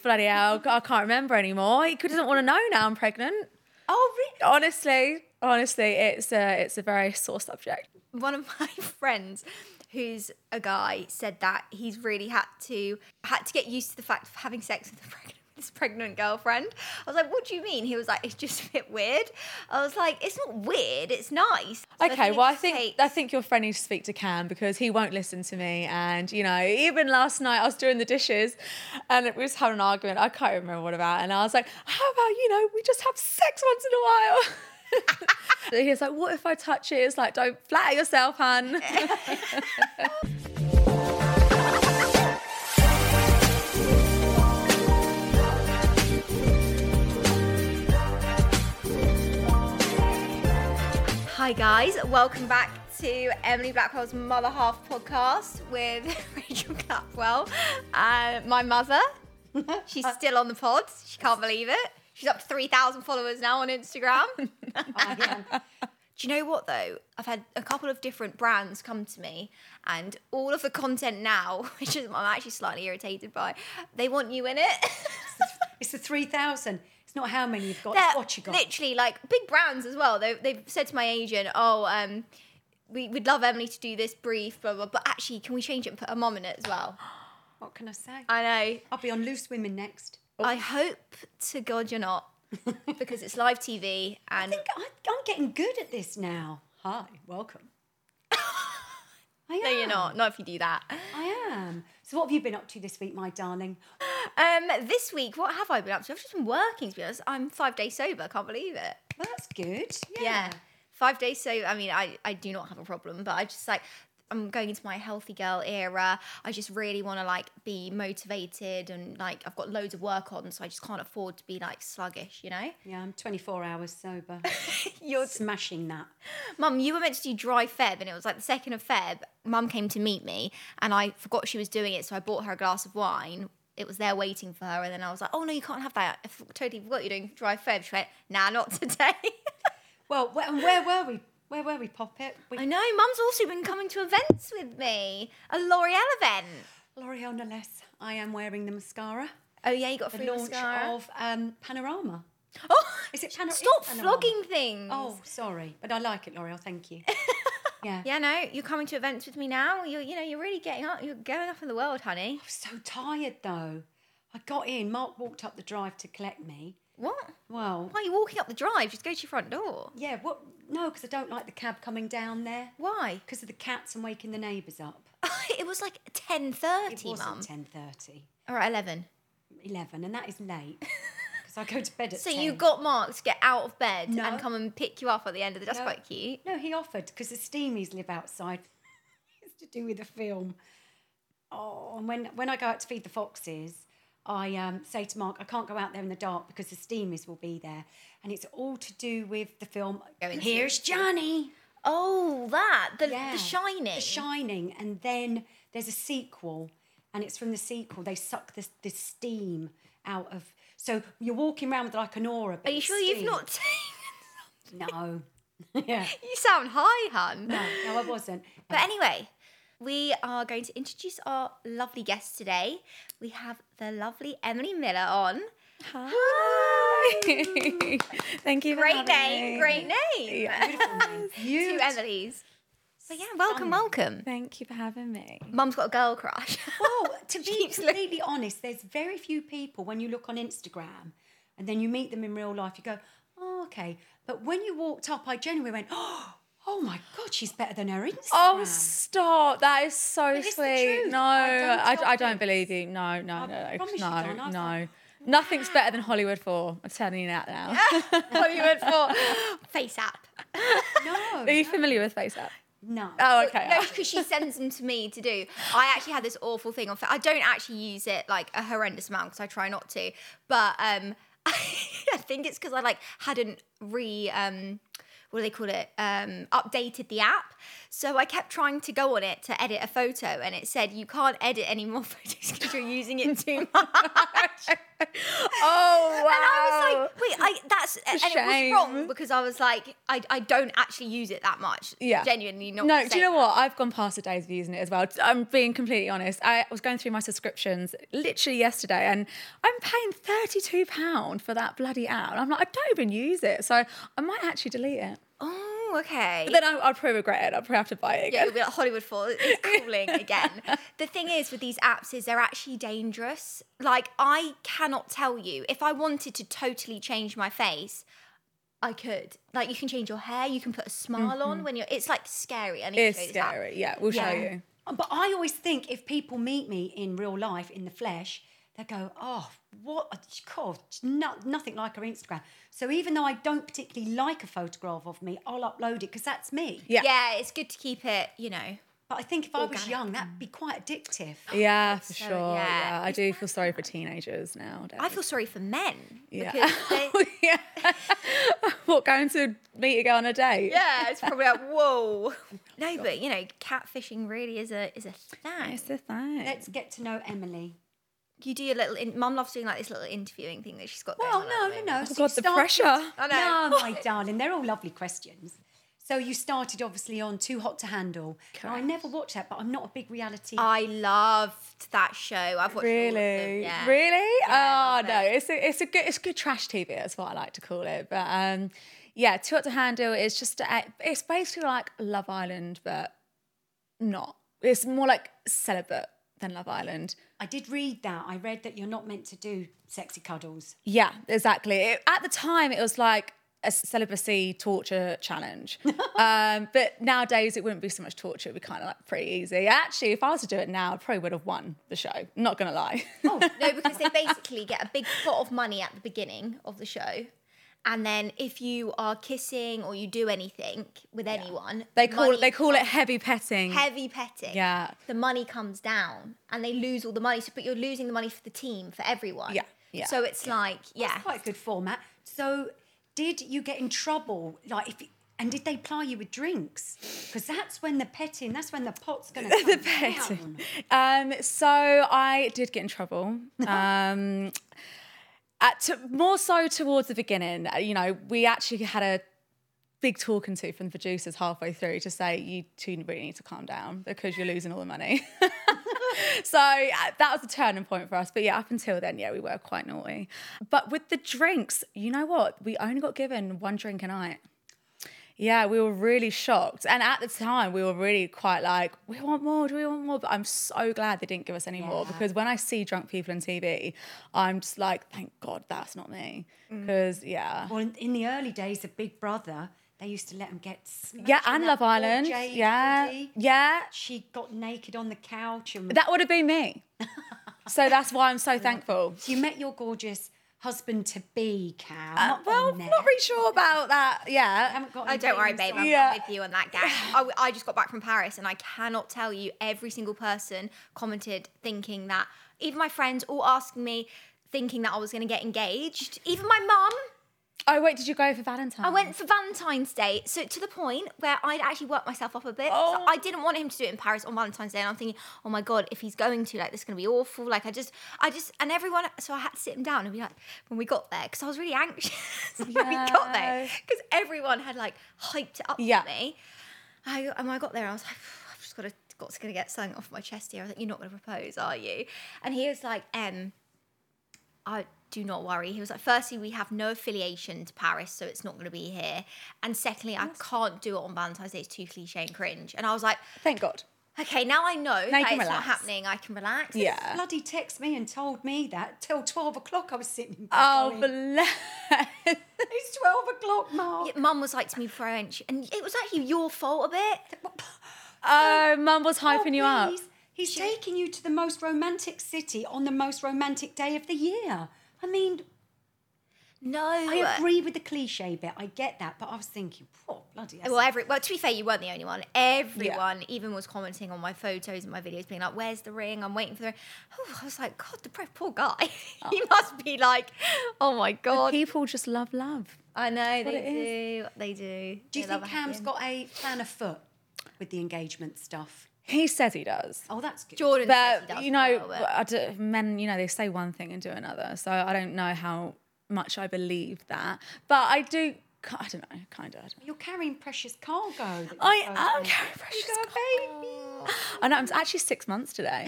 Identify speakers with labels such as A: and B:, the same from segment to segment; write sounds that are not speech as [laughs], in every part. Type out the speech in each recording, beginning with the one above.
A: Bloody hell, I can't remember anymore. He doesn't want to know now I'm pregnant.
B: Oh, really?
A: Honestly, honestly, it's a, it's a very sore subject.
B: One of [laughs] my friends, who's a guy, said that he's really had to had to get used to the fact of having sex with a [laughs] pregnant his pregnant girlfriend. I was like, what do you mean? He was like, it's just a bit weird. I was like, it's not weird. It's nice. So
A: okay,
B: it
A: well, I
B: just
A: think
B: takes-
A: I think your friend needs to speak to Cam because he won't listen to me. And you know, even last night I was doing the dishes, and we was having an argument. I can't remember what about, and I was like, "How about you know, we just have sex once in a while." And [laughs] he was like, "What if I touch it?" It's like, "Don't flatter yourself,
C: [laughs]
A: hun."
B: Hi guys, welcome back to Emily Blackwell's Mother Half podcast with [laughs] Rachel Blackwell, uh, my mother. She's still on the pod. She can't believe it. She's up to three thousand followers now on Instagram.
A: [laughs]
B: Do you know what though? I've had a couple of different brands come to me, and all of the content now, [laughs] which is I'm actually slightly irritated by, they want you in it. [laughs]
C: It's the 3,000. It's not how many you've got,
B: They're
C: it's what you got.
B: Literally, like big brands as well. They, they've said to my agent, "Oh, um, we would love Emily to do this brief, blah blah." But actually, can we change it and put her mom in it as well?
C: What can I say? I,
B: I know.
C: will be on Loose Women next.
B: I hope to God you're not, because it's live TV
C: [laughs] I
B: and
C: think I, I'm getting good at this now. Hi, welcome. I am.
B: [laughs] no, you're not. Not if you do that.
C: I am. So, what have you been up to this week, my darling?
B: Um, this week, what have I been up to? I've just been working. To be honest, I'm five days sober. Can't believe it.
C: Well, that's good. Yeah.
B: yeah five days so i mean i i do not have a problem but i just like i'm going into my healthy girl era i just really want to like be motivated and like i've got loads of work on so i just can't afford to be like sluggish you know
C: Yeah, I'm 24 hours sober. [laughs]
B: you're
C: Smashing that.
B: mum you were meant to do dry feb and it was like the second of feb mum came to meet me and i forgot she was doing it so i bought her a glass of wine it was there waiting for her and then i was like oh no you can't have that i f- totally forgot you're doing dry feb she went nah not today [laughs]
C: Well, where, and where were we? Where were we, Poppet? We,
B: I know. Mum's also been coming to events with me. A L'Oreal event.
C: L'Oreal, no less. I am wearing the mascara.
B: Oh yeah, you got a
C: The
B: free
C: launch
B: mascara.
C: of um, Panorama.
B: oh,
C: Is it Panor-
B: stop
C: it's Panorama?
B: flogging things.
C: Oh, sorry. But I like it, L'Oreal. Thank
B: [laughs]
C: you. Yeah.
B: Yeah, no, you're coming to events with me now. You're, you know, you're really getting up. You're going up in the world, honey.
C: so tired though. I got in. Mark walked up the drive to collect me.
B: What?
C: Well,
B: Why are you walking up the drive? Just go to your front door.
C: yeah. What? No, because I don't like the cab coming down there
B: Why?
C: because of the cats and waking the neighbours up.
B: [gasps] it was like
C: It
B: 10:30,
C: wasn't
B: mum.
C: ten thirty.
B: All right, 11.
C: Eleven, and that is
B: [laughs]
C: late because I go to bed at.
B: So
C: 10.
B: you got Mark to get out of bed
C: No.
B: and come and pick you up at the end of the. That's
C: No.
B: quite cute.
C: No, he offered because the Steamies live outside. [laughs] it's to do with the film. Oh, and when, when I go out to feed the foxes, I um, say to Mark, I can't go out there in the dark because the Steamies will be there. And it's all to do with the film.
B: Going to-
C: Here's Johnny.
B: Oh, that the
C: Yeah.
B: the shining.
C: The Shining. And then there's a sequel, and it's from the sequel. They suck the, the steam out of. So you're walking around with like an aura.
B: Are
C: but
B: you
C: it's
B: sure you've
C: steam.
B: not [laughs] taken?
C: No. [laughs] yeah.
B: You sound high, hun.
C: No, no, I wasn't.
B: But anyway, we are going to introduce our lovely guest today. We have the lovely Emily Miller on. [laughs]
A: Thank you. for
B: Great
A: having
B: name,
A: me.
B: great name. Two Emily's. So yeah, welcome, welcome.
A: Thank you for having me.
B: Mum's got a girl crush. [laughs]
C: Well, Oh,
A: [laughs]
C: to be completely honest, there's very few people when you look on Instagram and then you meet them in real life, you go, oh, okay. But when you walked up, I genuinely went, [gasps] oh, oh my God, she's better than her Instagram.
A: Oh, stop! That is so
C: is the
A: sweet.
C: truth.
A: No,
C: I don't
A: I,
C: tell
A: I, don't
C: things.
A: believe you. No, no,
C: I
A: no,
C: promise you,
A: no,
C: Donna, I've
A: no. Nothing's better than Hollywood Four. I'm telling you that now.
B: Hollywood for face app.
C: no.
A: [laughs] Are you familiar with Face App?
C: No.
A: Oh, okay.
B: No, because she sends them to me to do. I actually had this awful thing on. Fa- I don't actually use it like a horrendous amount because I try not to. But um, [laughs] I think it's because I like hadn't re um, what do they call it um, updated the app. So I kept trying to go on it to edit a photo, and it said you can't edit any more [laughs] photos because you're using it too [laughs] much.
A: Oh wow!
B: And I was like, wait, I that's and it
A: shame.
B: was wrong because I was like, I, I don't actually use it that much.
A: yeah.
B: Genuinely not.
A: No, do you
B: saying
A: know what? I've gone past the days of using it as well. I'm being completely honest. I was going through my subscriptions literally yesterday and I'm paying £32 for that bloody app. And I'm like, I don't even use it. So I might actually delete it.
B: that. Oh, okay.
A: But then I, I'll probably regret it. I'll probably have to buy it
B: yeah,
A: again.
B: it'll be like Hollywood Fall.
A: [laughs]
B: It's cooling again. The thing is with these apps is they're actually dangerous. Like I cannot tell you if I wanted to totally change my face. I could. Like you can change your hair, you can put a smile on when you're it's like scary. I need
A: Mm-hmm. It's
B: to show you this app.
A: scary. Yeah, we'll show you.
C: But I always think if people meet me in real life, in the flesh, they go, oh, what? A, God, no, nothing like her Instagram. So even though I don't particularly like a photograph of me, I'll upload it because that's me.
A: Yeah.
B: Yeah, it's good to keep it, you know.
C: But I think if I was young,
A: Mm.
C: that'd be quite addictive.
A: Yeah, for
B: Oh, So, yeah.
A: sure. Yeah. I do feel sorry for teenagers now.
B: I feel sorry for men.
A: yeah.
B: because
A: [laughs]
B: they-
A: yeah. [laughs] what, going to meet a girl on a date?
B: Yeah, it's probably like whoa. [laughs] No, but you know, catfishing really is a is a thing.
A: It's the thing.
C: Let's get to know Emily.
B: You do a little. In- Mum loves doing like this little interviewing thing that she's got.
C: Well,
B: going
C: no,
B: on at the
C: no,
B: moment.
C: no.
A: Oh, God, the pressure.
B: I know.
C: No, Oh, my
A: [laughs]
C: darling, they're all lovely questions. So you started obviously on Too Hot to Handle. Now, I never watched that, but I'm not a big reality.
B: I loved that show. I've watched all of them,
A: Really?
B: yeah.
A: Really?
B: I
A: oh
B: love
A: no,
B: it.
A: it's a it's a good it's good trash TV. That's what I like to call it. But um, yeah, Too Hot to Handle is just a, it's basically like Love Island, but not. It's more like celibate than Love Island.
C: I did read that. I read that you're not meant to do sexy cuddles.
A: Yeah, exactly. It- at the time, it was like a celibacy torture
B: [laughs]
A: challenge. um, but nowadays, it wouldn't be so much torture. It'd be kind of like pretty easy. Actually, if I was to do it now, I probably would have won the show. Not gonna lie. [laughs]
B: No, because they basically get a big pot of money at the beginning of the show. And then if you are kissing or you do anything with anyone,
A: they call it
B: money
A: they call it heavy petting.
B: heavy petting.
A: Yeah.
B: The money comes down and they lose all the money. So, but you're losing the money for the team, for everyone.
A: Yeah, yeah,
B: So it's like, yeah.
C: That's quite a good format. So did you get in trouble? Like, if and did they ply you with drinks? Because that's when the petting, that's when the pot's
A: [laughs]
C: going to the
A: petting. Um, so I did get in trouble. Um, at t- more so towards the beginning, Uh, you know, we actually had a big talking to from the producers halfway through to say you two really need to calm down because you're losing all the money. [laughs] so uh, that was a turning point for us. But yeah, up until then, yeah, we were quite naughty. But with the drinks, you know what? We only got given one drink a night. Yeah, we were really shocked. And at the time, we were really quite like, we want more, do we want more? But I'm so glad they didn't give us any more because when I see drunk people on TV, I'm just like, thank God that's not me. Because, yeah.
C: Well, in, in the early days of Big Brother, they used to let them get smashed
A: yeah, and
C: that
A: Love
C: poor
A: Island.
C: Jade
A: yeah.
C: Cody,
A: Yeah.
C: She got naked on the couch and
A: That would have been me. so that's why
C: [laughs]
A: I'm so thankful.
C: you met your gorgeous husband to be, Cal. not
A: Uh, Well,
C: on there.
A: not really sure about that. Yeah.
C: Haven't got
B: Oh,
C: any
B: don't worry,
C: feelings
B: babe.
C: on
B: I'm,
C: it.
A: Yeah.
B: I'm with you on that gang. I, I just got back from Paris and I cannot tell you every single person commented thinking that, even my friends all asking me, thinking that I was going to get engaged. Even my mum.
A: Oh, wait, did you go for Valentine's?
C: Oh,
B: I went for Valentine's Day, so to the point where I'd actually worked myself up a bit.
A: Oh.
B: So I didn't want him to do it in Paris on Valentine's Day, and I'm thinking, oh my god, if he's going to, like, this is gonna be awful. Like, I just, I just, and everyone, so I had to sit him down and be like, when we got there, because I was really anxious [laughs] when we got there,
A: Yeah.
B: because everyone had like hyped it up
A: Yeah.
B: for me. I, and when I got there, I was like, I've just got to, got to get something off my chest here. I was like, you're not gonna propose, are you? And he was like, um. I do not worry. He was like, firstly, we have no affiliation to Paris, so it's not going to be here. And secondly, I can't do it on Valentine's Day. It's too cliche and cringe. And I was like,
C: [laughs]
A: Thank God.
B: okay, now I know
A: Now
B: that
A: you can
B: it's not
A: relax.
B: happening. I can relax.
A: Yeah.
C: Bloody text me and told me that till 12 o'clock I was sitting in bed
A: Oh,
C: going,
A: bless. [laughs]
C: it's 12 o'clock, Mark.
B: Yet Mum was like to me French, and it was actually your fault a bit.
A: Oh, mum was
C: Oh,
A: hyping you up.
C: please. He's taking you to the most romantic city on the most romantic day of the year. I mean,
B: No.
C: I agree with the cliche bit. I get that, but I was thinking, oh bloody hell.
B: Well, every well, to be fair, you weren't the only one. Everyone, even was commenting on my photos and my videos, being like, "Where's the ring? I'm waiting for the." Ring. Oh, I was like, "God, the poor, poor guy. [laughs] he must be like, oh my god."
A: People just love love.
B: I know
A: what it
B: they do. They do.
C: Do you
B: They love
C: think
B: a
C: Cam's
B: happy
C: got a plan afoot with the engagement stuff?
A: He says he does.
C: Oh, that's good.
B: end. Jordan, says he
A: But
B: does
A: you know,
B: well, but-
A: I d- men, you know, they say one thing and do another. So I don't know how much I believe that, but I do. I don't know, kind of.
C: You're carrying precious cargo. that you're
A: I
C: supposed
A: am
C: to-
A: carrying precious baby. I know. I'm actually six months today.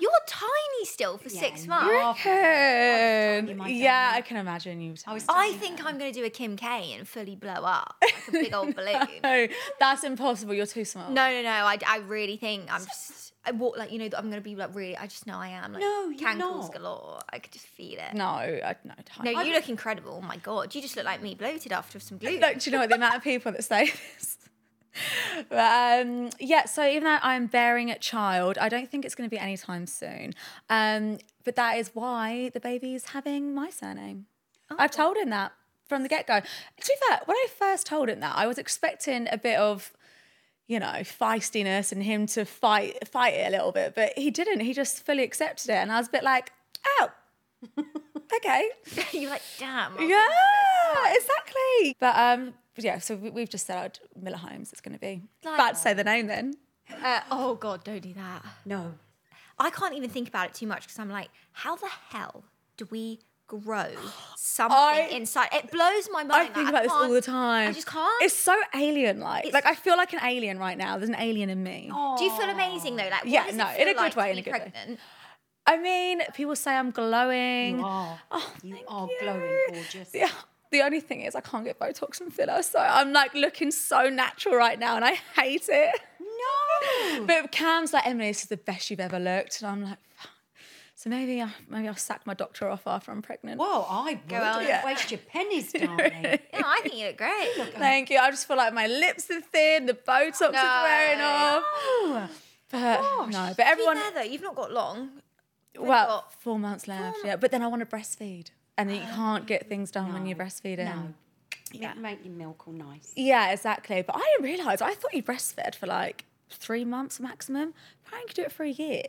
B: you're tiny still for six
C: you
B: months.
C: are.
A: Good.
C: you might
A: Yeah,
C: die.
A: I can imagine you.
C: I was
B: I think I'm going to do a Kim K and fully blow up like a big old balloon.
A: No, that's impossible. You're too small.
B: No, no, no. I, I really think I'm just. I walk like you know. I'm gonna be like really. I just know I am. Like,
C: No, you're
B: cankles
C: not.
B: galore. I could just feel it.
A: no, I, no,
B: No,
A: tiny.
B: you look incredible. Oh my god, you just look like me bloated after some glue.
A: Look, do you know what? The amount of people that say [laughs] this. But, um, yeah, so even though I'm bearing a child, I don't think it's going to be anytime soon. Um, but that is why the baby is having my surname. I've told him that from the get go. To be fair, when I first told him that, I was expecting a bit of, you know, feistiness and him to fight fight it a little bit, but he didn't. He just fully accepted it, and I was a bit like, oh, [laughs] okay.
B: [laughs] You're like, damn. I was
A: Yeah, exactly. But um, yeah. So we, we've just settled Miller Homes. It's going to be. About to say the name then.
B: like, uh, oh god, don't do that.
C: No.
B: I can't even think about it too much because I'm like, how the hell do we
A: [sighs]
B: grow something
A: I-
B: inside? It blows my mind.
A: I
B: like,
A: think about this all
B: can't-
A: the time.
B: I just can't.
A: It's so alien like.
B: It's- Oh.
A: Like I feel like an alien right now. There's an alien in me.
B: do you feel amazing though? Like, what
A: Yeah,
B: does
A: no,
B: it
A: in
B: feel
A: a good
B: like to
A: way, in
B: be
A: a good way.
B: pregnant?
A: I mean, people say I'm glowing.
C: You are. Oh, you are glowing gorgeous.
A: [laughs] Oh, Yeah. The only thing is I can't get Botox and filler, so I'm like looking so natural right now, and I hate it.
C: No.
A: [laughs] But Cam's like, Emily, this is the best you've ever looked, and I'm like, "Fuck." so maybe I maybe I'll sack my doctor off after I'm pregnant.
C: Well, I
B: on.
C: wouldn't waste your
A: [laughs]
C: pennies, darling.
B: No, I think you look
A: Oh
B: great.
A: Thank you. I just feel like my lips are thin, the Botox is wearing
B: No.
A: off. But no, but
B: Everyone,
A: everyone,
B: there, though, you've not got long.
A: well,
B: got
A: four months left. Yeah, but then I want to breastfeed, and you can't get things done when you're breastfeeding.
C: No. Yeah. Make your milk all nice.
A: Yeah, exactly. But I didn't realize. I thought you breastfed for like three months maximum. Apparently, you could do it for a year.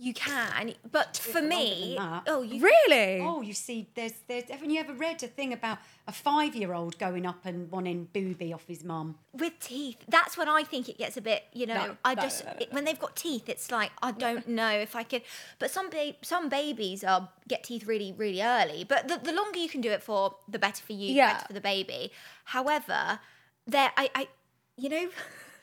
B: You can, but for me,
C: that.
B: oh, you
A: Really?
C: Oh, you see, there's, there's. Haven't you ever read a thing about a five-year-old going up and wanting booby off his mum?
B: with teeth. That's when I think it gets a bit. You know,
A: No,
B: I
A: no,
B: just
A: no, no, no.
B: it- when they've got teeth, it's like
A: [laughs]
B: I don't know if I could. But some ba- some babies are get teeth really really early. But the, the longer you can do it for, the better for you,
A: Yeah.
B: better for the baby. However, there I I you know. [laughs]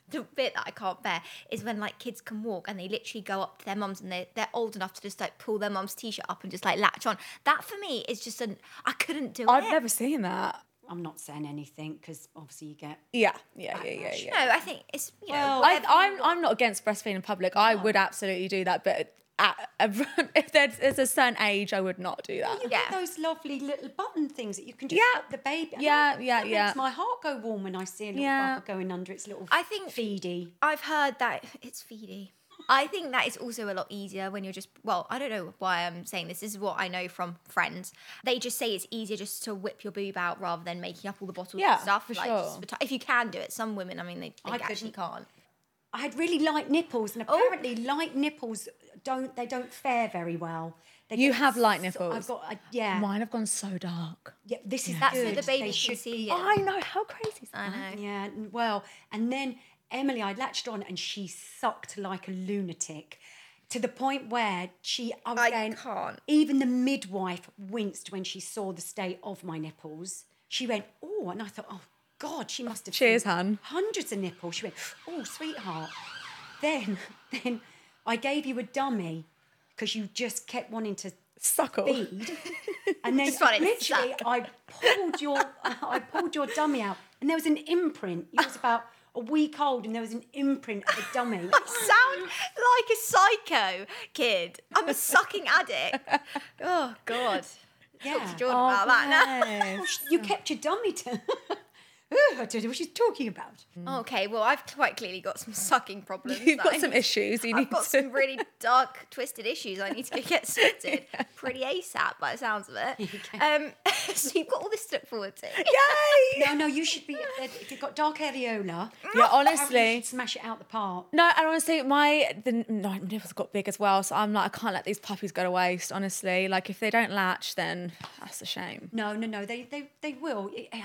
B: The bit that I can't bear is when like kids can walk and they literally go up to their mums and they they're old enough to just like pull their mum's t-shirt up and just like latch on. That for me is just an I couldn't do
A: I've
B: it.
A: never seen that.
C: I'm not saying anything because obviously you get.
A: Yeah, yeah, yeah, yeah, yeah.
B: No, I think it's you know.
A: I, I'm I'm not against breastfeeding in public. I would absolutely do that, but at, [laughs] if there's, there's a certain age, I would not do that.
C: You
B: Yeah.
C: get those lovely little button things that you can just
A: Yeah.
C: pop the baby.
A: Yeah,
C: that-
A: yeah,
C: that
A: yeah.
C: Makes my heart go warm when I see a little
A: Yeah.
C: bubble going under its little.
B: I think-
C: feedy.
B: I've heard that it's feedy. I think that is also a lot easier when you're just well, I don't know why I'm saying this. This is what I know from friends. They just say it's easier just to whip your boob out rather than making up all the bottles
A: Yeah,
B: and stuff.
A: for
B: like just
A: sure.
B: for ti- if you can do it, some women, I mean, they, they
C: I
B: actually
C: couldn't.
B: can't.
C: I had really light nipples, and apparently light nipples don't they don't fare very well. They
A: You
C: get
A: have light
C: so-
A: nipples.
C: I've got I- yeah.
A: Mine have gone so dark.
C: yeah, this is
B: That's
C: good.
B: so the
C: They
B: baby can
C: should
B: see
C: be-
B: it.
A: I know how crazy is
B: I
A: that.
B: know.
C: Yeah, n- well, and then Emily, I latched on and she sucked like a lunatic to the point where she, I was
B: I
C: going,
B: can't.
C: Even the midwife winced when she saw the state of my nipples. She went, oh, and I thought, oh, God, she must have.
A: Cheers,
C: seen
A: hun.
C: Hundreds of nipples. She went, oh, sweetheart. Then, [laughs] then I gave you a dummy because you just kept wanting to
A: Suckle.
C: speed. And then
B: Just wanted to
C: literally,
B: suck.
C: I pulled your [laughs] I pulled your dummy out, and there was an imprint. It was about a week old, and there was an imprint of a dummy.
B: Sound like a psycho kid. I'm a sucking addict.
A: [laughs]
B: Oh God. Talk
C: Yeah.
B: [laughs]
A: Oh,
B: to Jordan about that. now.
A: Yes.
C: [laughs] You kept your dummy to. her to do what she's talking about.
B: Okay, well, I've quite clearly got some sucking problems.
A: You've
B: that I
A: got some
B: need-
A: issues. You
B: I've
A: need
B: got
A: to. [laughs]
B: some really dark, twisted issues. I need to go get sorted pretty ASAP by the sounds of
A: [laughs]
B: it. Um, [laughs] so you've got all this to look forward to.
A: Yay!
C: No, no, you should be. uh, If you've got dark areola,
A: Yeah,
C: apparently you
A: honestly.
C: should smash it out the park.
A: No, and honestly, my the no, my nipples got big as well, so I'm like, I can't let these puppies go to waste. Honestly, like if they don't latch, then that's a shame.
C: No, no, no. They they they will. It, eh,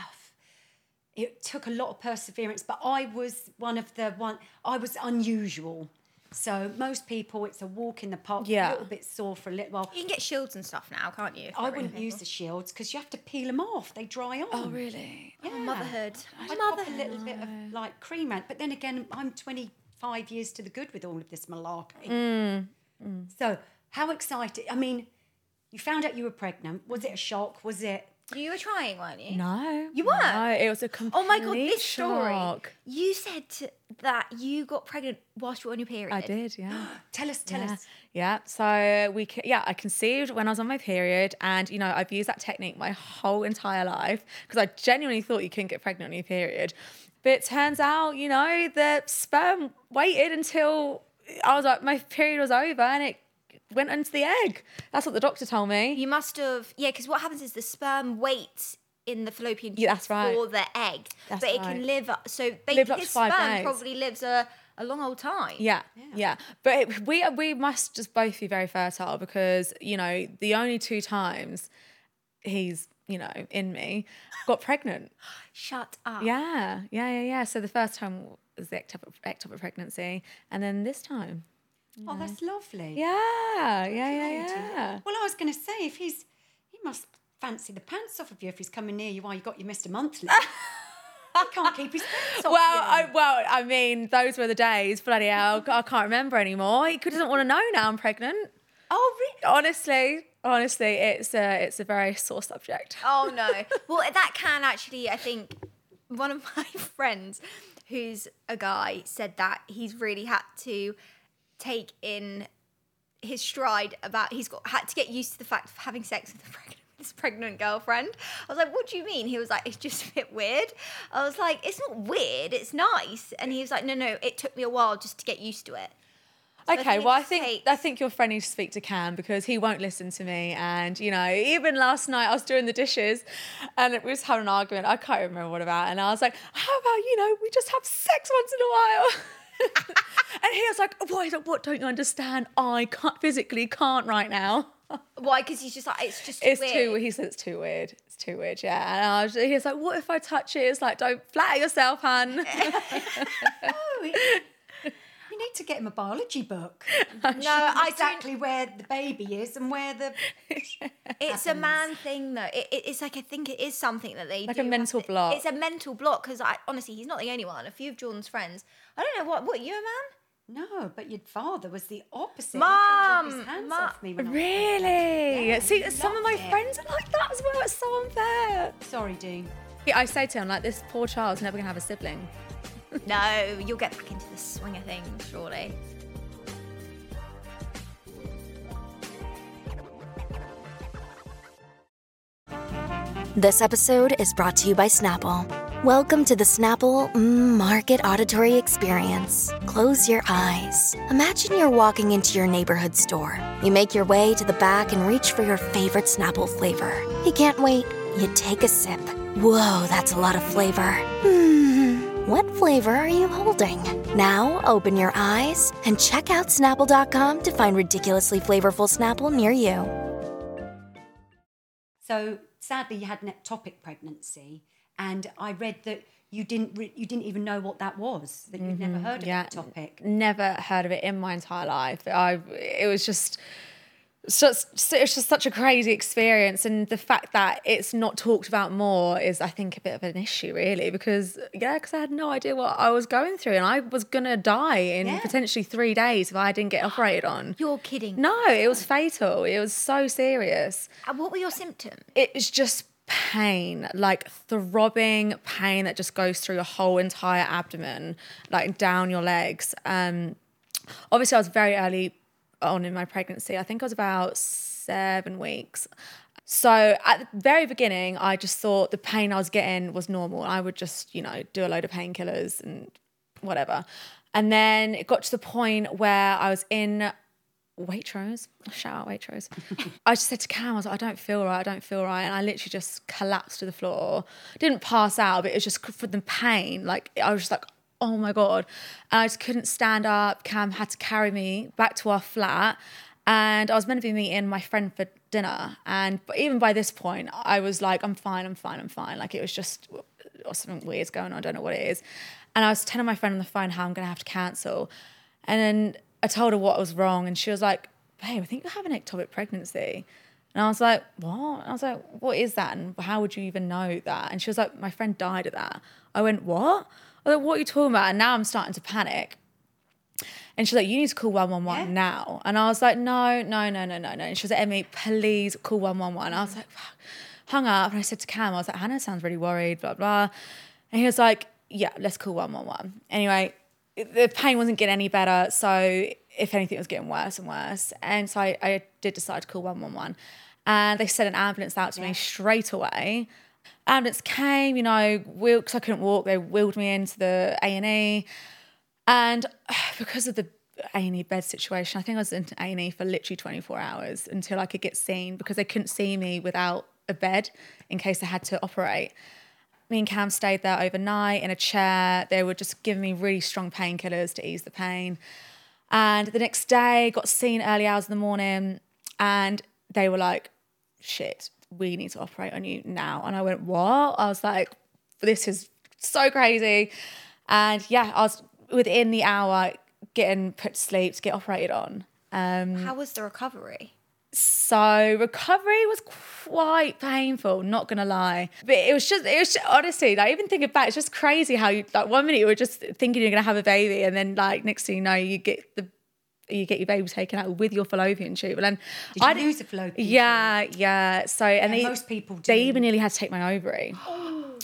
C: it took a lot of perseverance, but I was one of the one. I was unusual. So most people, it's a walk in the park. A
A: Yeah.
C: little bit sore for a little while.
B: You can get shields and stuff now, can't you? if
C: I
B: they're
C: wouldn't
B: really
C: use the shields because you have to peel them off. They dry on.
A: Oh, really?
B: big. Motherhood.
C: I'd pop a little bit of like cream out. But then again, I'm 25 years to the good with all of this malarkey.
A: Mm,
C: So how excited? I mean, you found out you were pregnant. Was it a shock? Was it?
B: You were trying, weren't you?
A: No,
B: You weren't?
A: No, it was a complete
B: Oh my god, this story.
A: shock.
B: You said to- that you got pregnant whilst you were on your period.
A: I did, yeah.
C: Tell us. Tell
A: Yeah.
C: us.
A: yeah. So we, ca- yeah, I conceived when I was on my period, and you know I've used that technique my whole entire life because I genuinely thought you couldn't get pregnant on your period, but it turns out you know the sperm waited until I was like my period was over and it went into the egg. That's what the doctor told me.
B: You must have, yeah, because what happens is the sperm waits in the fallopian tube
A: Yeah, that's right.
B: for the egg,
A: That's
B: but it can
A: right.
B: live. up- So
A: Lived
B: basically,
A: up to
B: this
A: five
B: sperm
A: days.
B: probably lives a, a long old time.
A: Yeah, yeah, But it, we we must just both be very fertile because you know the only two times he's you know in me got pregnant.
B: Shut up.
A: Yeah, yeah, yeah, yeah. So the first time was the ectopic, ectopic pregnancy, and then this time.
C: Oh, that's lovely.
A: Yeah, yeah, yeah,
C: Lady.
A: yeah.
C: Well, I was going to say if he's he must fancy the pants off of you if he's coming near you while you got your Mister
A: [laughs]
C: Monthly. he can't keep his pants off.
A: Well,
C: you.
A: I, well, I mean, those were the days. Bloody hell, I can't remember anymore. He doesn't want to know now I'm pregnant.
C: oh really?
A: Honestly, honestly, it's a it's a very sore subject.
B: Oh no. [laughs] well, that can actually, I think, one of [laughs] my friends, who's a guy, said that he's really had to take in his stride about he's got had to get used to the fact of having sex with a [laughs] pregnant his pregnant girlfriend. I was like, what do you mean? He was like, it's just a bit weird. I was like, it's not weird, it's nice. And he was like, no, no, it took me a while just to get used to it. I
A: Okay,
B: think it
A: well, I
B: just
A: think
B: takes-
A: I think your friend needs to speak to Cam because he won't listen to me. And you know, even last night I was doing the dishes, and we was having an argument. I can't remember what about, and I was like, "How about you know we just have sex once in a while?" [laughs] and he was like, "Why? He's like, What don't you understand? I can't physically can't right now.
B: Why? Because he's just like, it's just
A: It's
B: weird.
A: too. He said it's too weird. It's too weird. Yeah." And I was, he was like, "What if I touch it? It's like don't flatter yourself,
B: [laughs]
A: hun."
C: Oh, it- you need to get him a biology
A: [laughs]
C: book.
B: No, I don't.
C: exactly where the baby is and where the
B: It's a man thing, though. It, it, it's like I think it is something that they
A: Like a
B: do have
A: mental
B: to-
A: block.
B: It's a mental block because I honestly, he's not the only one. A few of Jordan's friends. I don't know what. What you a man?
C: no, but your father was the opposite. He couldn't keep his
B: Mum,
C: hands
B: Mum.
C: off me when I-
A: Really?
C: Yeah,
A: See,
C: he
A: some of my
C: loved it.
A: friends are like that as well. It's so unfair.
C: Sorry, Dean.
A: Yeah, I say to him, like, this poor child's never going to have a sibling. [laughs]
B: No, you'll get back into the swing of things, surely.
D: This episode is brought to you by Snapple. Welcome to the Snapple mm, Market Auditory Experience. Close your eyes. Imagine you're walking into your neighborhood store. You make your way to the back and reach for your favorite Snapple flavor. You can't wait. You take a sip. Whoa, that's a lot of flavor. Hmm. What flavor are you holding? Now open your eyes and check out Snapple.com to find ridiculously flavorful Snapple near you.
C: So sadly, you had an ectopic pregnancy, and I read that you didn't re- you didn't even know what that was. That you'd never heard of
A: Mm-hmm. yeah.
C: ectopic.
A: Never heard of it in my entire life. I, it was just, such, it's just such a crazy experience. And the fact that it's not talked about more is, I think, a bit of an issue, really, because, yeah, because I had no idea what I was going through. And I was going to die in
C: Yeah.
A: potentially three days if I didn't get operated on.
B: You're kidding.
A: No, it was fatal. It was so serious.
B: And What were your symptoms?
A: it was just pain, like throbbing pain that just goes through your whole entire abdomen, like down your legs. Um, obviously, I was very early on in my pregnancy. I think I was about seven weeks. So at the very beginning, I just thought the pain I was getting was normal. I would just, you know, do a load of painkillers and whatever. And then it got to the point where I was in Waitrose. Shout out Waitrose. I just said to Cam, I was like, I don't feel right. I don't feel right. And I literally just collapsed to the floor. Didn't pass out, but it was just for the pain. Like, I was just like, oh my God. And I just couldn't stand up. Cam had to carry me back to our flat. And I was meant to be meeting my friend for dinner. And but even by this point, I was like, I'm fine, I'm fine, I'm fine. Like, it was just or something weird's going on. I don't know what it is. And I was telling my friend on the phone how I'm going to have to cancel. And then I told her what was wrong, and she was like, "Babe, I think you have an ectopic pregnancy." And I was like, "What?" And I was like, "What is that? And how would you even know that?" And she was like, "My friend died of that." I went, "What?" I was like, "What are you talking about?" And now I'm starting to panic. And she's like, "You need to call one one one now." And I was like, "No, no, no, no, no, no." And she was like, "Emily, please call one one one." I was like, Fuck. hung up, and I said to Cam, "I was like, Hannah sounds really worried." Blah blah. And he was like, "Yeah, let's call one one one." Anyway, the pain wasn't getting any better. So if anything, it was getting worse and worse. And so I, I did decide to call 111. And they sent an ambulance out to me straight away. Ambulance came, you know, wheel, cause I couldn't walk. They wheeled me into the A and E, and [sighs] because of the A and E bed situation, I think I was in A and E for literally twenty four hours until I could get seen because they couldn't see me without a bed in case they had to operate me and Cam stayed there overnight in a chair. They were just giving me really strong painkillers to ease the pain. And the next day, got seen early hours in the morning, and they were like, shit, we need to operate on you now. And I went, what? I was like, this is so crazy. And yeah, I was within the hour getting put to sleep to get operated on. Um,
B: How was the recovery?
A: so recovery was quite painful, not gonna lie. But it was just, it was just, honestly, like even thinking back, it's just crazy how you like one minute you were just thinking you're gonna have a baby, and then like next thing you know, you get the you get your baby taken out with your fallopian tube. And then
C: Did you lose the fallopian tube?
A: Yeah, yeah. So and
C: Yeah,
A: they,
C: most people
A: They
C: do.
A: even nearly had to take
C: [gasps]
A: my ovary.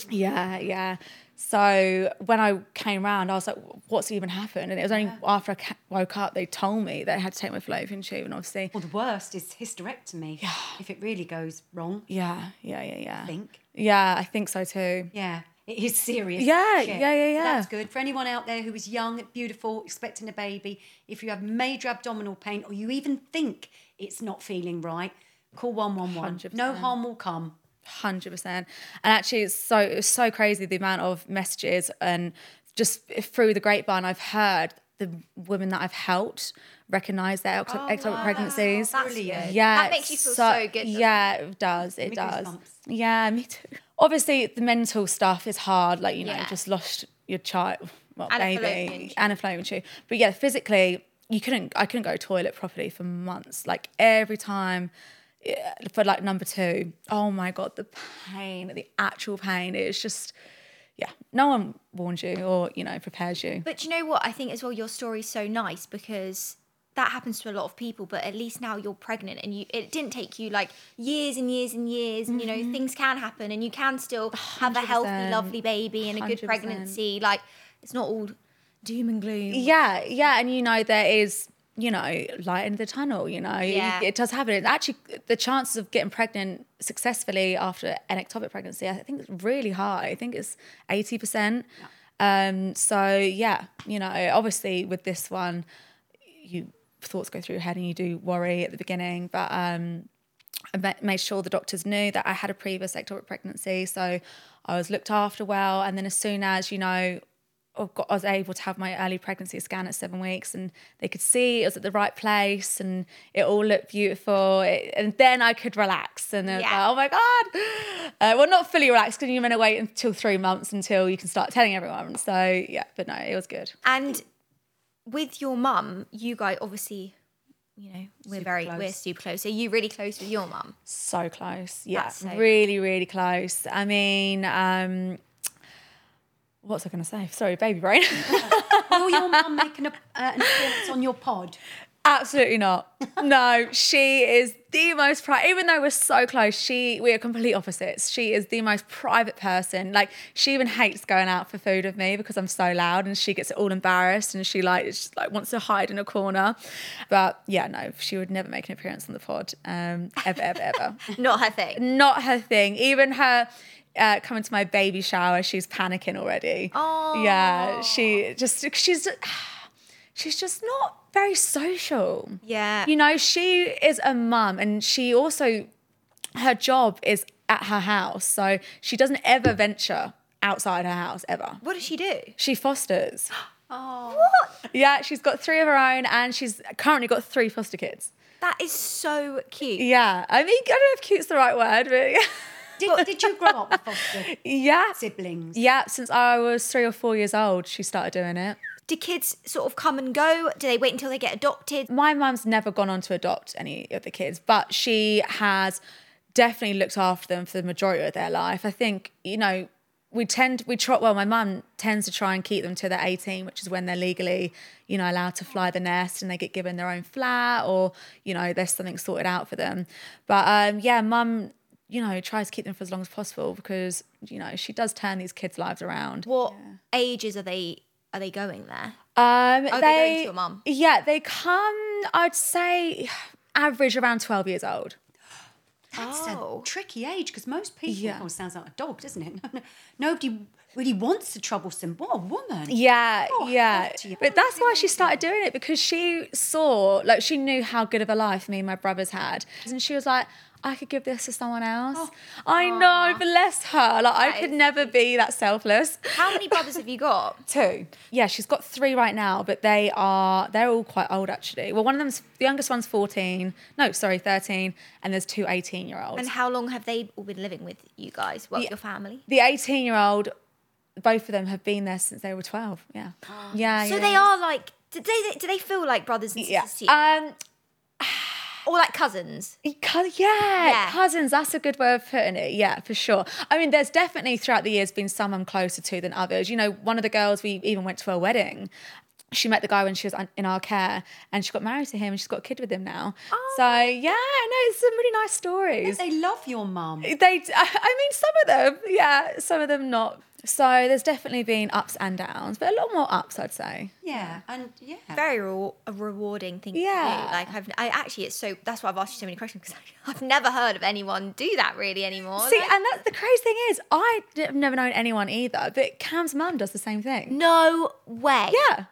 A: yeah, yeah. So when I came round, I was like, "What's even happened?" And it was only after I ca- woke up they told me they had to take my fallopian tube, and obviously
C: Well, the worst is hysterectomy. If it really goes wrong,
A: Yeah, yeah, yeah, yeah.
C: I think.
A: Yeah, I think so too.
C: Yeah. It is serious.
A: Yeah,
C: shit.
A: yeah, yeah,
C: So
A: yeah.
C: that's good. For anyone out there who is young, beautiful, expecting a baby, if you have major abdominal pain or you even think it's not feeling right, call 111. No
A: 100%.
C: harm will come.
A: Hundred percent. And actually, it's so it was so crazy the amount of messages and just through the grapevine, I've heard the women that I've helped recognize their ecto- ectopic pregnancies.
B: That's
C: Brilliant.
B: good.
A: Yeah,
B: That
A: it's
B: makes you feel so good, doesn't
A: Yeah, it does. It
C: me
A: does.
C: goosebumps.
A: Yeah, me too. Obviously, the mental stuff is hard. Like you know,
B: Yeah.
A: you just lost your child, well,
B: And a fallopian
A: baby,
B: tube.
A: and a fallopian tube. But yeah, physically, you couldn't. I couldn't go to toilet properly for months. Like every time. yeah, For like number two, oh my god, the pain, the actual pain. It's just, yeah, no one warns you or you know prepares you.
B: But you know what? I think as well, your story's so nice because that happens to a lot of people. But at least now you're pregnant, and you it didn't take you like years and years and years. And, you know, things can happen, and you can still have Mm-hmm. a healthy,
A: 100%.
B: lovely baby and a good
A: 100%.
B: pregnancy. Like it's not all doom and gloom.
A: Yeah, yeah, and you know there is, you know, light in the tunnel. You know,
B: Yeah.
A: it does happen. It's actually the chances of getting pregnant successfully after an ectopic pregnancy, I think, is really high. I think it's eighty percent. Um, so yeah, you know, obviously with this one, you thoughts go through your head and you do worry at the beginning, but um, I ma- made sure the doctors knew that I had a previous ectopic pregnancy, so I was looked after well. And then as soon as you know, I got, I was able to have my early pregnancy scan at seven weeks, and they could see it was at the right place, and it all looked beautiful. It, and then I could relax, and I was
B: Yeah.
A: like, oh my god! Uh, well, not fully relaxed because you're going to wait until three months until you can start telling everyone. So yeah, but no, it was good.
B: And with your mum, you guys obviously, you know, we're very we're super close. So you really close with your [laughs] mum.
A: So close. Yeah.
B: That's so
A: really, really close. I mean, um, what was I going to say? Sorry, baby brain. [laughs]
C: Will your mum make an, ap- uh, an appearance on your pod?
B: [laughs]
A: Absolutely not. No, she is the most private. Even though we're so close, she we are complete opposites. She is the most private person. Like she even hates going out for food with me because I'm so loud, and she gets all embarrassed and she like she, like wants to hide in a corner. But yeah, no, she would never make an appearance on the pod. Um, ever, ever, ever.
B: [laughs] Not her thing.
A: not her thing. Even her uh, coming to my baby shower, she's panicking already. Oh, yeah, she just she's she's just not very social.
B: Yeah.
A: you know, she is a mum, and she also her job is at her house, so she doesn't ever venture outside her house ever.
B: What does she do?
A: She fosters.
B: Oh.
A: What? Yeah, she's got three of her own, and she's currently got three foster kids.
B: That is so cute.
A: Yeah, I mean, I don't know if cute's the right word, but [laughs]
C: Did, did you grow up with foster
A: yeah,
C: siblings?
A: yeah. Since I was three or four years old, she started doing it.
B: Do kids sort of come and go? Do they wait until they get adopted?
A: my mum's never gone on to adopt any of the kids, but she has definitely looked after them for the majority of their life. I think, you know, we tend we try well, my mum tends to try and keep them till they're 18, which is when they're legally, you know, allowed to fly the nest and they get given their own flat or, you know, there's something sorted out for them. But um yeah, mum, you know, tries to keep them for as long as possible because, you know, she does turn these kids' lives around.
B: What ages are they are they going there?
A: Um,
B: Oh, they go into your mum.
A: Yeah, they come. I'd say [sighs] average around twelve years old.
C: That's
B: Oh.
C: a tricky age because most people.
A: Yeah.
C: Oh, it sounds like a dog, doesn't it? [laughs] Nobody really wants a troublesome. What a woman.
A: Yeah,
C: Oh,
A: yeah.
C: how do you-
A: But that's why she started doing it because she saw, like, she knew how good of a life me and my brothers had, and she was like. I could give this to someone else. I know, bless her. Like I could never be that selfless.
B: How many brothers have you got?
A: Two. Yeah, she's got three right now, but they are they're all quite old actually. Well, one of them's the youngest one's 14. No, sorry, 13, and there's two
B: [laughs]
A: 18-year-olds.
B: And how long have they all been living with you guys? Well, your family.
A: the 18 year old both of them have been there since they were 12
B: [gasps]
A: yeah yeah
B: Oh. So
A: yeah.
B: they are like. Do they, do they feel like brothers and
A: yeah
B: sisters to you?
A: um
B: or like cousins?
A: cou- yeah,
B: Yeah.
A: cousins that's a good way of putting it yeah for sure i mean there's definitely throughout the years been some i'm closer to than others you know one of the girls we even went to her wedding she met the guy when she was un- in our care and she got married to him and she's got a kid with him now
B: Oh.
A: so yeah no it's some really nice stories
C: They love your mum.
A: they i mean some of them yeah some of them not so there's definitely been ups and downs but a lot more ups i'd say
C: Yeah, and yeah.
B: Very re- a rewarding thing to
A: Yeah.
B: do. Like I've, I actually, it's so that's why I've asked you so many questions because [laughs] I've never heard of anyone do that really anymore.
A: See,
B: Like-
A: and that's the crazy thing is, I d- have never known anyone either, but Cam's mum does the same thing.
B: no way.
A: Yeah.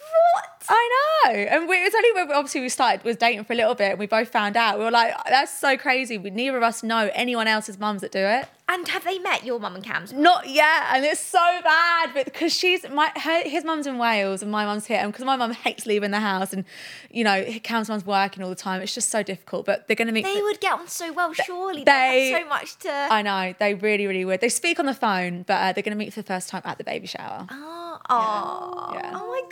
B: What?
A: I know. And we, it was only when we, obviously we started was dating for a little bit and we both found out. We were like, that's so crazy. We neither of us know anyone else's mums that do it.
B: And have they met your mum and Cam's?
A: Not yet, and it's so bad. But because she's my her, his mum's in Wales and my mum's here, and because my mum hates leaving the house, and you know Cam's mum's working all the time, it's just so difficult. But they're going to meet.
B: They would get on so well, surely.
A: they-
B: They have so much to.
A: I know they really, really would. They speak on the phone, but uh, they're going to meet for the first time at the baby shower.
B: oh, aw.
A: yeah.
B: oh my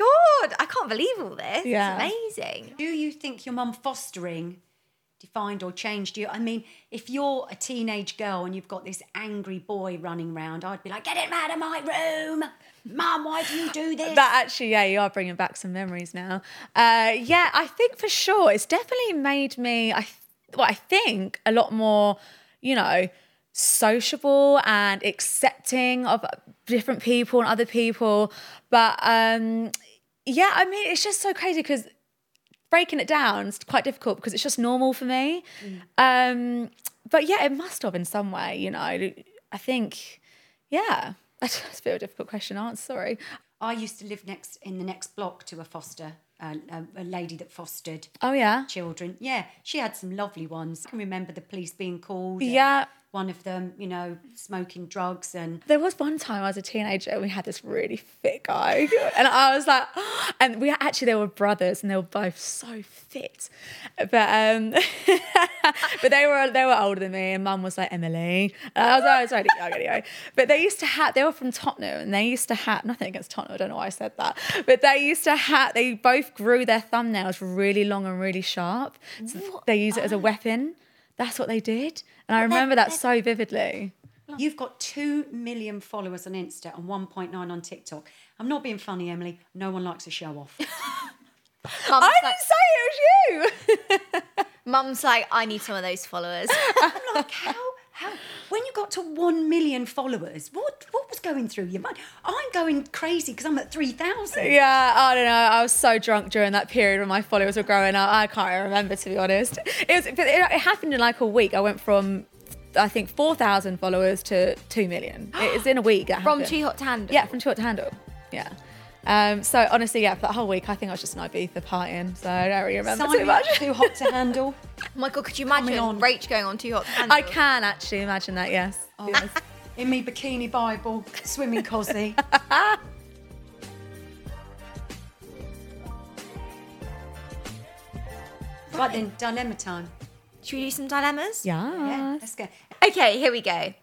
B: god! I can't believe all this.
A: Yeah.
B: It's amazing.
C: Do you think your mum fostering defined or changed you? I mean, if you're a teenage girl and you've got this angry boy running round, I'd be like, get him out of my room. Mum, why do you do this?
A: [laughs] That actually, yeah, you are bringing back some memories now. Uh, yeah, I think for sure it's definitely made me, I th- well, I think a lot more, you know, sociable and accepting of different people and other people. But um, yeah, I mean, it's just so crazy because breaking it down is quite difficult because it's just normal for me. Um, but yeah, it must have in some way, you know. I think, yeah. [laughs] That's a bit of a difficult question to answer, sorry.
C: I used to live next in the next block to a foster, uh, a, a lady that fostered
A: Oh yeah.
C: children. Yeah, she had some lovely ones. I can remember the police being called. and
A: Yeah.
C: One of them, you know, smoking drugs and
A: There was one time I was a teenager and we had this really fit guy. And I was like, [gasps] and we actually, they were brothers and they were both so fit. But um, [laughs] but they were they were older than me and mum was like, Emily. And I was like, "Oh, I was already young anyway. But they used to have, they were from Tottenham and they used to have, nothing against Tottenham, I don't know why I said that. But they used to have, they both grew their thumbnails really long and really sharp. So they used it as a weapon. That's what they did. And I remember that so vividly.
C: You've got 2 million followers on Insta and 1.9 on TikTok. I'm not being funny, Emily. No one likes a show off.
B: [laughs] Mum's
A: I
B: like,
A: didn't say it was you.
B: Mum's like, I need some of those [laughs] followers.
C: [laughs] how how when you got to one million followers, what what was going through your mind? I'm going crazy because I'm at three thousand.
A: yeah, I don't know. I was so drunk during that period when my followers were growing up. I can't even remember to be honest. It was, but it, it happened in like a week. I went from, I think, four thousand followers to two million. It was in a week. That
B: From
A: happened.
B: Too Hot to Handle.
A: Yeah, from Too Hot to Handle. Yeah. Um, so honestly, yeah, for that whole week, I think I was just in Ibiza partying, so I don't really remember
C: Sign
A: too
C: me up,
A: much.
C: too hot
A: [laughs]
C: to handle.
B: Oh My God, could you imagine
C: on.
B: Rach going on Too Hot to Handle?
A: I can actually imagine that. Yes. Yes.
C: In me bikini Bible, swimming
A: [laughs]
C: cosy. right then, dilemma time.
B: Should we do some dilemmas?
C: Yeah,
A: Yeah.
C: let's go.
B: Okay, here we go.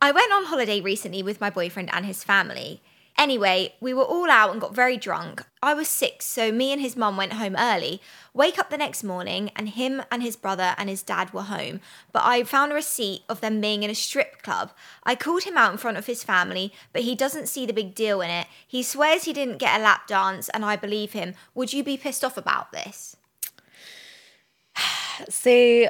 B: I went on holiday recently with my boyfriend and his family. Anyway, we were all out and got very drunk. I was six, so me and his mum went home early. Wake up the next morning, and him and his brother and his dad were home. But I found a receipt of them being in a strip club. I called him out in front of his family, but he doesn't see the big deal in it. He swears he didn't get a lap dance, and I believe him. Would you be pissed off about this?
A: See,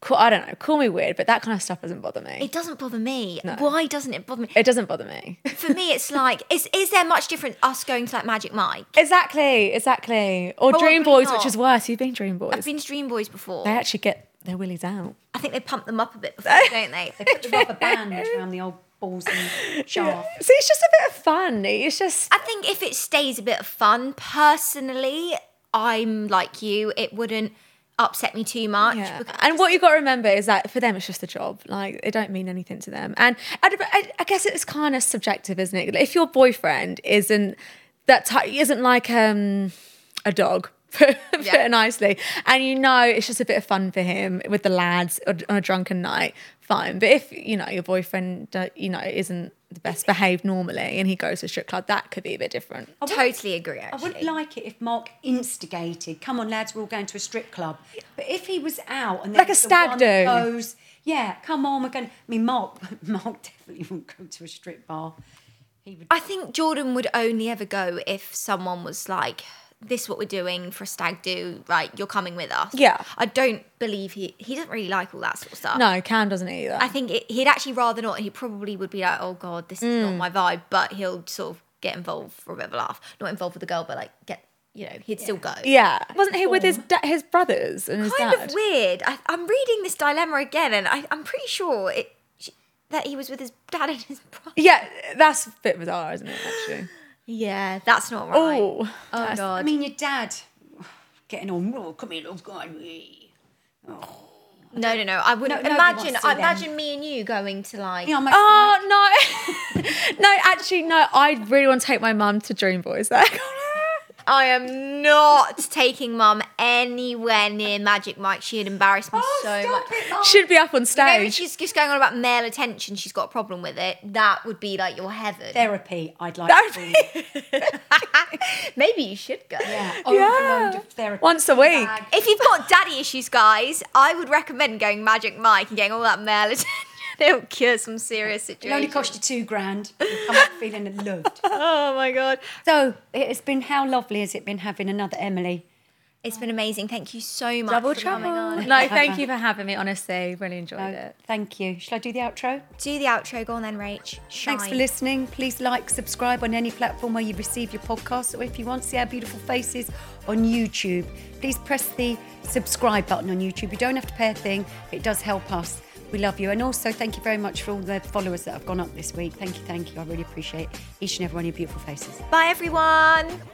A: ca- I don't know. Call me weird, but that kind of stuff doesn't bother me.
B: It doesn't bother me. Why doesn't it bother me?
A: It doesn't bother me.
B: For me, it's like, is is there much different us going to like Magic Mike?
A: exactly. Exactly. Or
B: Probably
A: Dream Boys,
B: not.
A: which is worse. You've been Dream Boys.
B: I've been to Dream Boys before.
A: they actually get their willies out.
B: I think they pump them up a bit before, don't they?
C: They put the
A: [laughs]
C: rubber band around the old balls and shaft.
A: See, it's just a bit of fun. It's just
B: I think if it stays a bit of fun, personally, I'm like you. It wouldn't upset me too much.
A: Yeah.
B: because-
A: And what you got to remember is that for them, it's just a job. Like it don't mean anything to them. And I, I, I guess it's kind of subjective, isn't it? If your boyfriend isn't that type, isn't like um a dog. [laughs] Put put
B: Yeah.
A: it nicely, and you know it's just a bit of fun for him with the lads on on a drunken night. Fine, but if you know your boyfriend, uh, you know isn't the best behaved normally, and he goes to a strip club, that could be a bit different.
B: totally agree.
C: I
B: Actually.
C: wouldn't like it if Mark instigated. Come on, lads, we're all going to a strip club. But if he was out and there
A: Like a
C: was the
A: stag
C: one
A: do.
C: that goes, yeah, come on, we're going. I mean, Mark, [laughs] Mark definitely wouldn't go to a strip bar.
B: I think Jordan would only ever go if someone was like, "This is what we're doing for a stag do. Like, you're coming with us."
A: Yeah.
B: I don't believe he he doesn't really like all that sort of stuff.
A: No, Cam doesn't either.
B: I think it, he'd actually rather not. He probably would be like, "Oh God, this is
C: Mm.
B: not my vibe," but he'll sort of get involved for a bit of a laugh. Not involved with the girl, but like get, you know, he'd still go.
A: yeah, wasn't he with his da- his brothers and his
B: kind
A: dad?
B: of weird. I, I'm reading this dilemma again, and I, I'm pretty sure it she- that he was with his dad and his brother.
A: Yeah, that's a bit bizarre, isn't it? Actually.
B: Yeah, that's not right.
A: Oh,
B: oh
C: I
B: God,
C: mean, your dad [sighs] getting on. Oh, come here, little guy.
A: Oh.
B: no, no, no. I wouldn't
C: No, nobody wants
B: imagine.
C: to see
B: I
C: them.
B: imagine me and you going to like.
C: You know, I'm like,
A: oh no, [laughs] no. Actually, no. I really want to take my mum to Dream Boys. [laughs] There.
B: I am not taking mum anywhere near Magic Mike. She'd embarrass me
C: oh,
B: so
C: stop
B: much.
C: it, Mark.
A: Should be up on
B: Maybe
A: stage.
B: she's just going on about male attention. She's got a problem with it. That would be like your heaven.
C: Therapy, I'd like to
A: Therapy.
C: call it.
B: Maybe you should go.
C: Yeah,
A: [laughs] Yeah.
C: overload Oh, of therapy.
A: Once a week.
C: bag.
B: If you've got daddy issues, guys, I would recommend going Magic Mike and getting all that male [laughs] attention. It'll cure some serious
C: It only
B: situations.
C: cost you two grand. You'll come up feeling loved.
B: oh my god,
C: So it has been how lovely has it been having another Emily?
B: it's been amazing. Thank you so much for coming on.
A: No, thank you for having me. Honestly, really enjoyed
C: Oh,
A: it.
C: thank you. Shall I do the outro?
B: Do the outro. Go on then, Rach. Shine.
C: Thanks for listening. Please like, subscribe on any platform where you receive your podcasts, or if you want to see our beautiful faces on YouTube, please press the subscribe button on YouTube. You don't have to pay a thing, but it does help us. We love you. And also, thank you very much for all the followers that have gone up this week. Thank you, thank you. I really appreciate each and every one of your beautiful faces.
B: Bye everyone.